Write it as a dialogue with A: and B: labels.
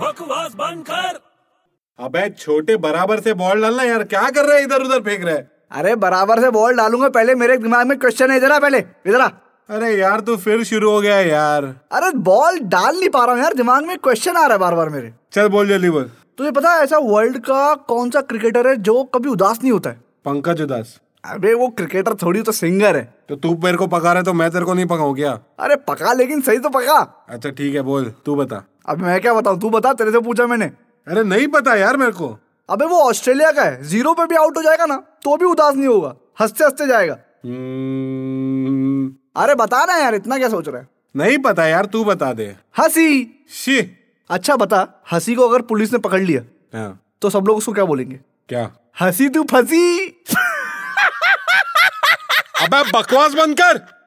A: बकवास बंद कर
B: अबे छोटे बराबर से बॉल डालना यार क्या कर रहे है इधर उधर फेंक रहे है
C: अरे बराबर से बॉल डालूंगा पहले मेरे दिमाग में क्वेश्चन है इधर आ पहले इधर आ
B: अरे यार तू फिर शुरू हो गया है यार
C: अरे बॉल डाल नहीं पा रहा हूँ यार दिमाग में क्वेश्चन आ रहा है बार बार मेरे
B: चल बोल जल्दी बोल
C: तुझे पता है ऐसा वर्ल्ड का कौन सा क्रिकेटर है जो कभी उदास नहीं होता है
B: पंकज उदास
C: अबे वो क्रिकेटर थोड़ी तो सिंगर है
B: तो तू मेरे को पका रहा है तो मैं तेरे को नहीं पकाऊं क्या
C: अरे पका लेकिन सही तो पका
B: अच्छा ठीक है बोल तू बता
C: अब मैं क्या बताऊँ तू बता तेरे से पूछा मैंने
B: अरे नहीं पता यार मेरे को
C: अबे वो ऑस्ट्रेलिया का है जीरो पे भी आउट हो जाएगा ना तो भी उदास नहीं होगा हंसते हंसते जाएगा
B: हम्म,
C: अरे बता ना यार इतना क्या सोच रहा है
B: नहीं पता यार तू बता दे
C: हंसी
B: शी
C: अच्छा बता हंसी को अगर पुलिस ने पकड़ लिया
B: हाँ
C: तो सब लोग उसको क्या बोलेंगे
B: क्या
C: हंसी तू तो फंसी
B: अबे बकवास बंद कर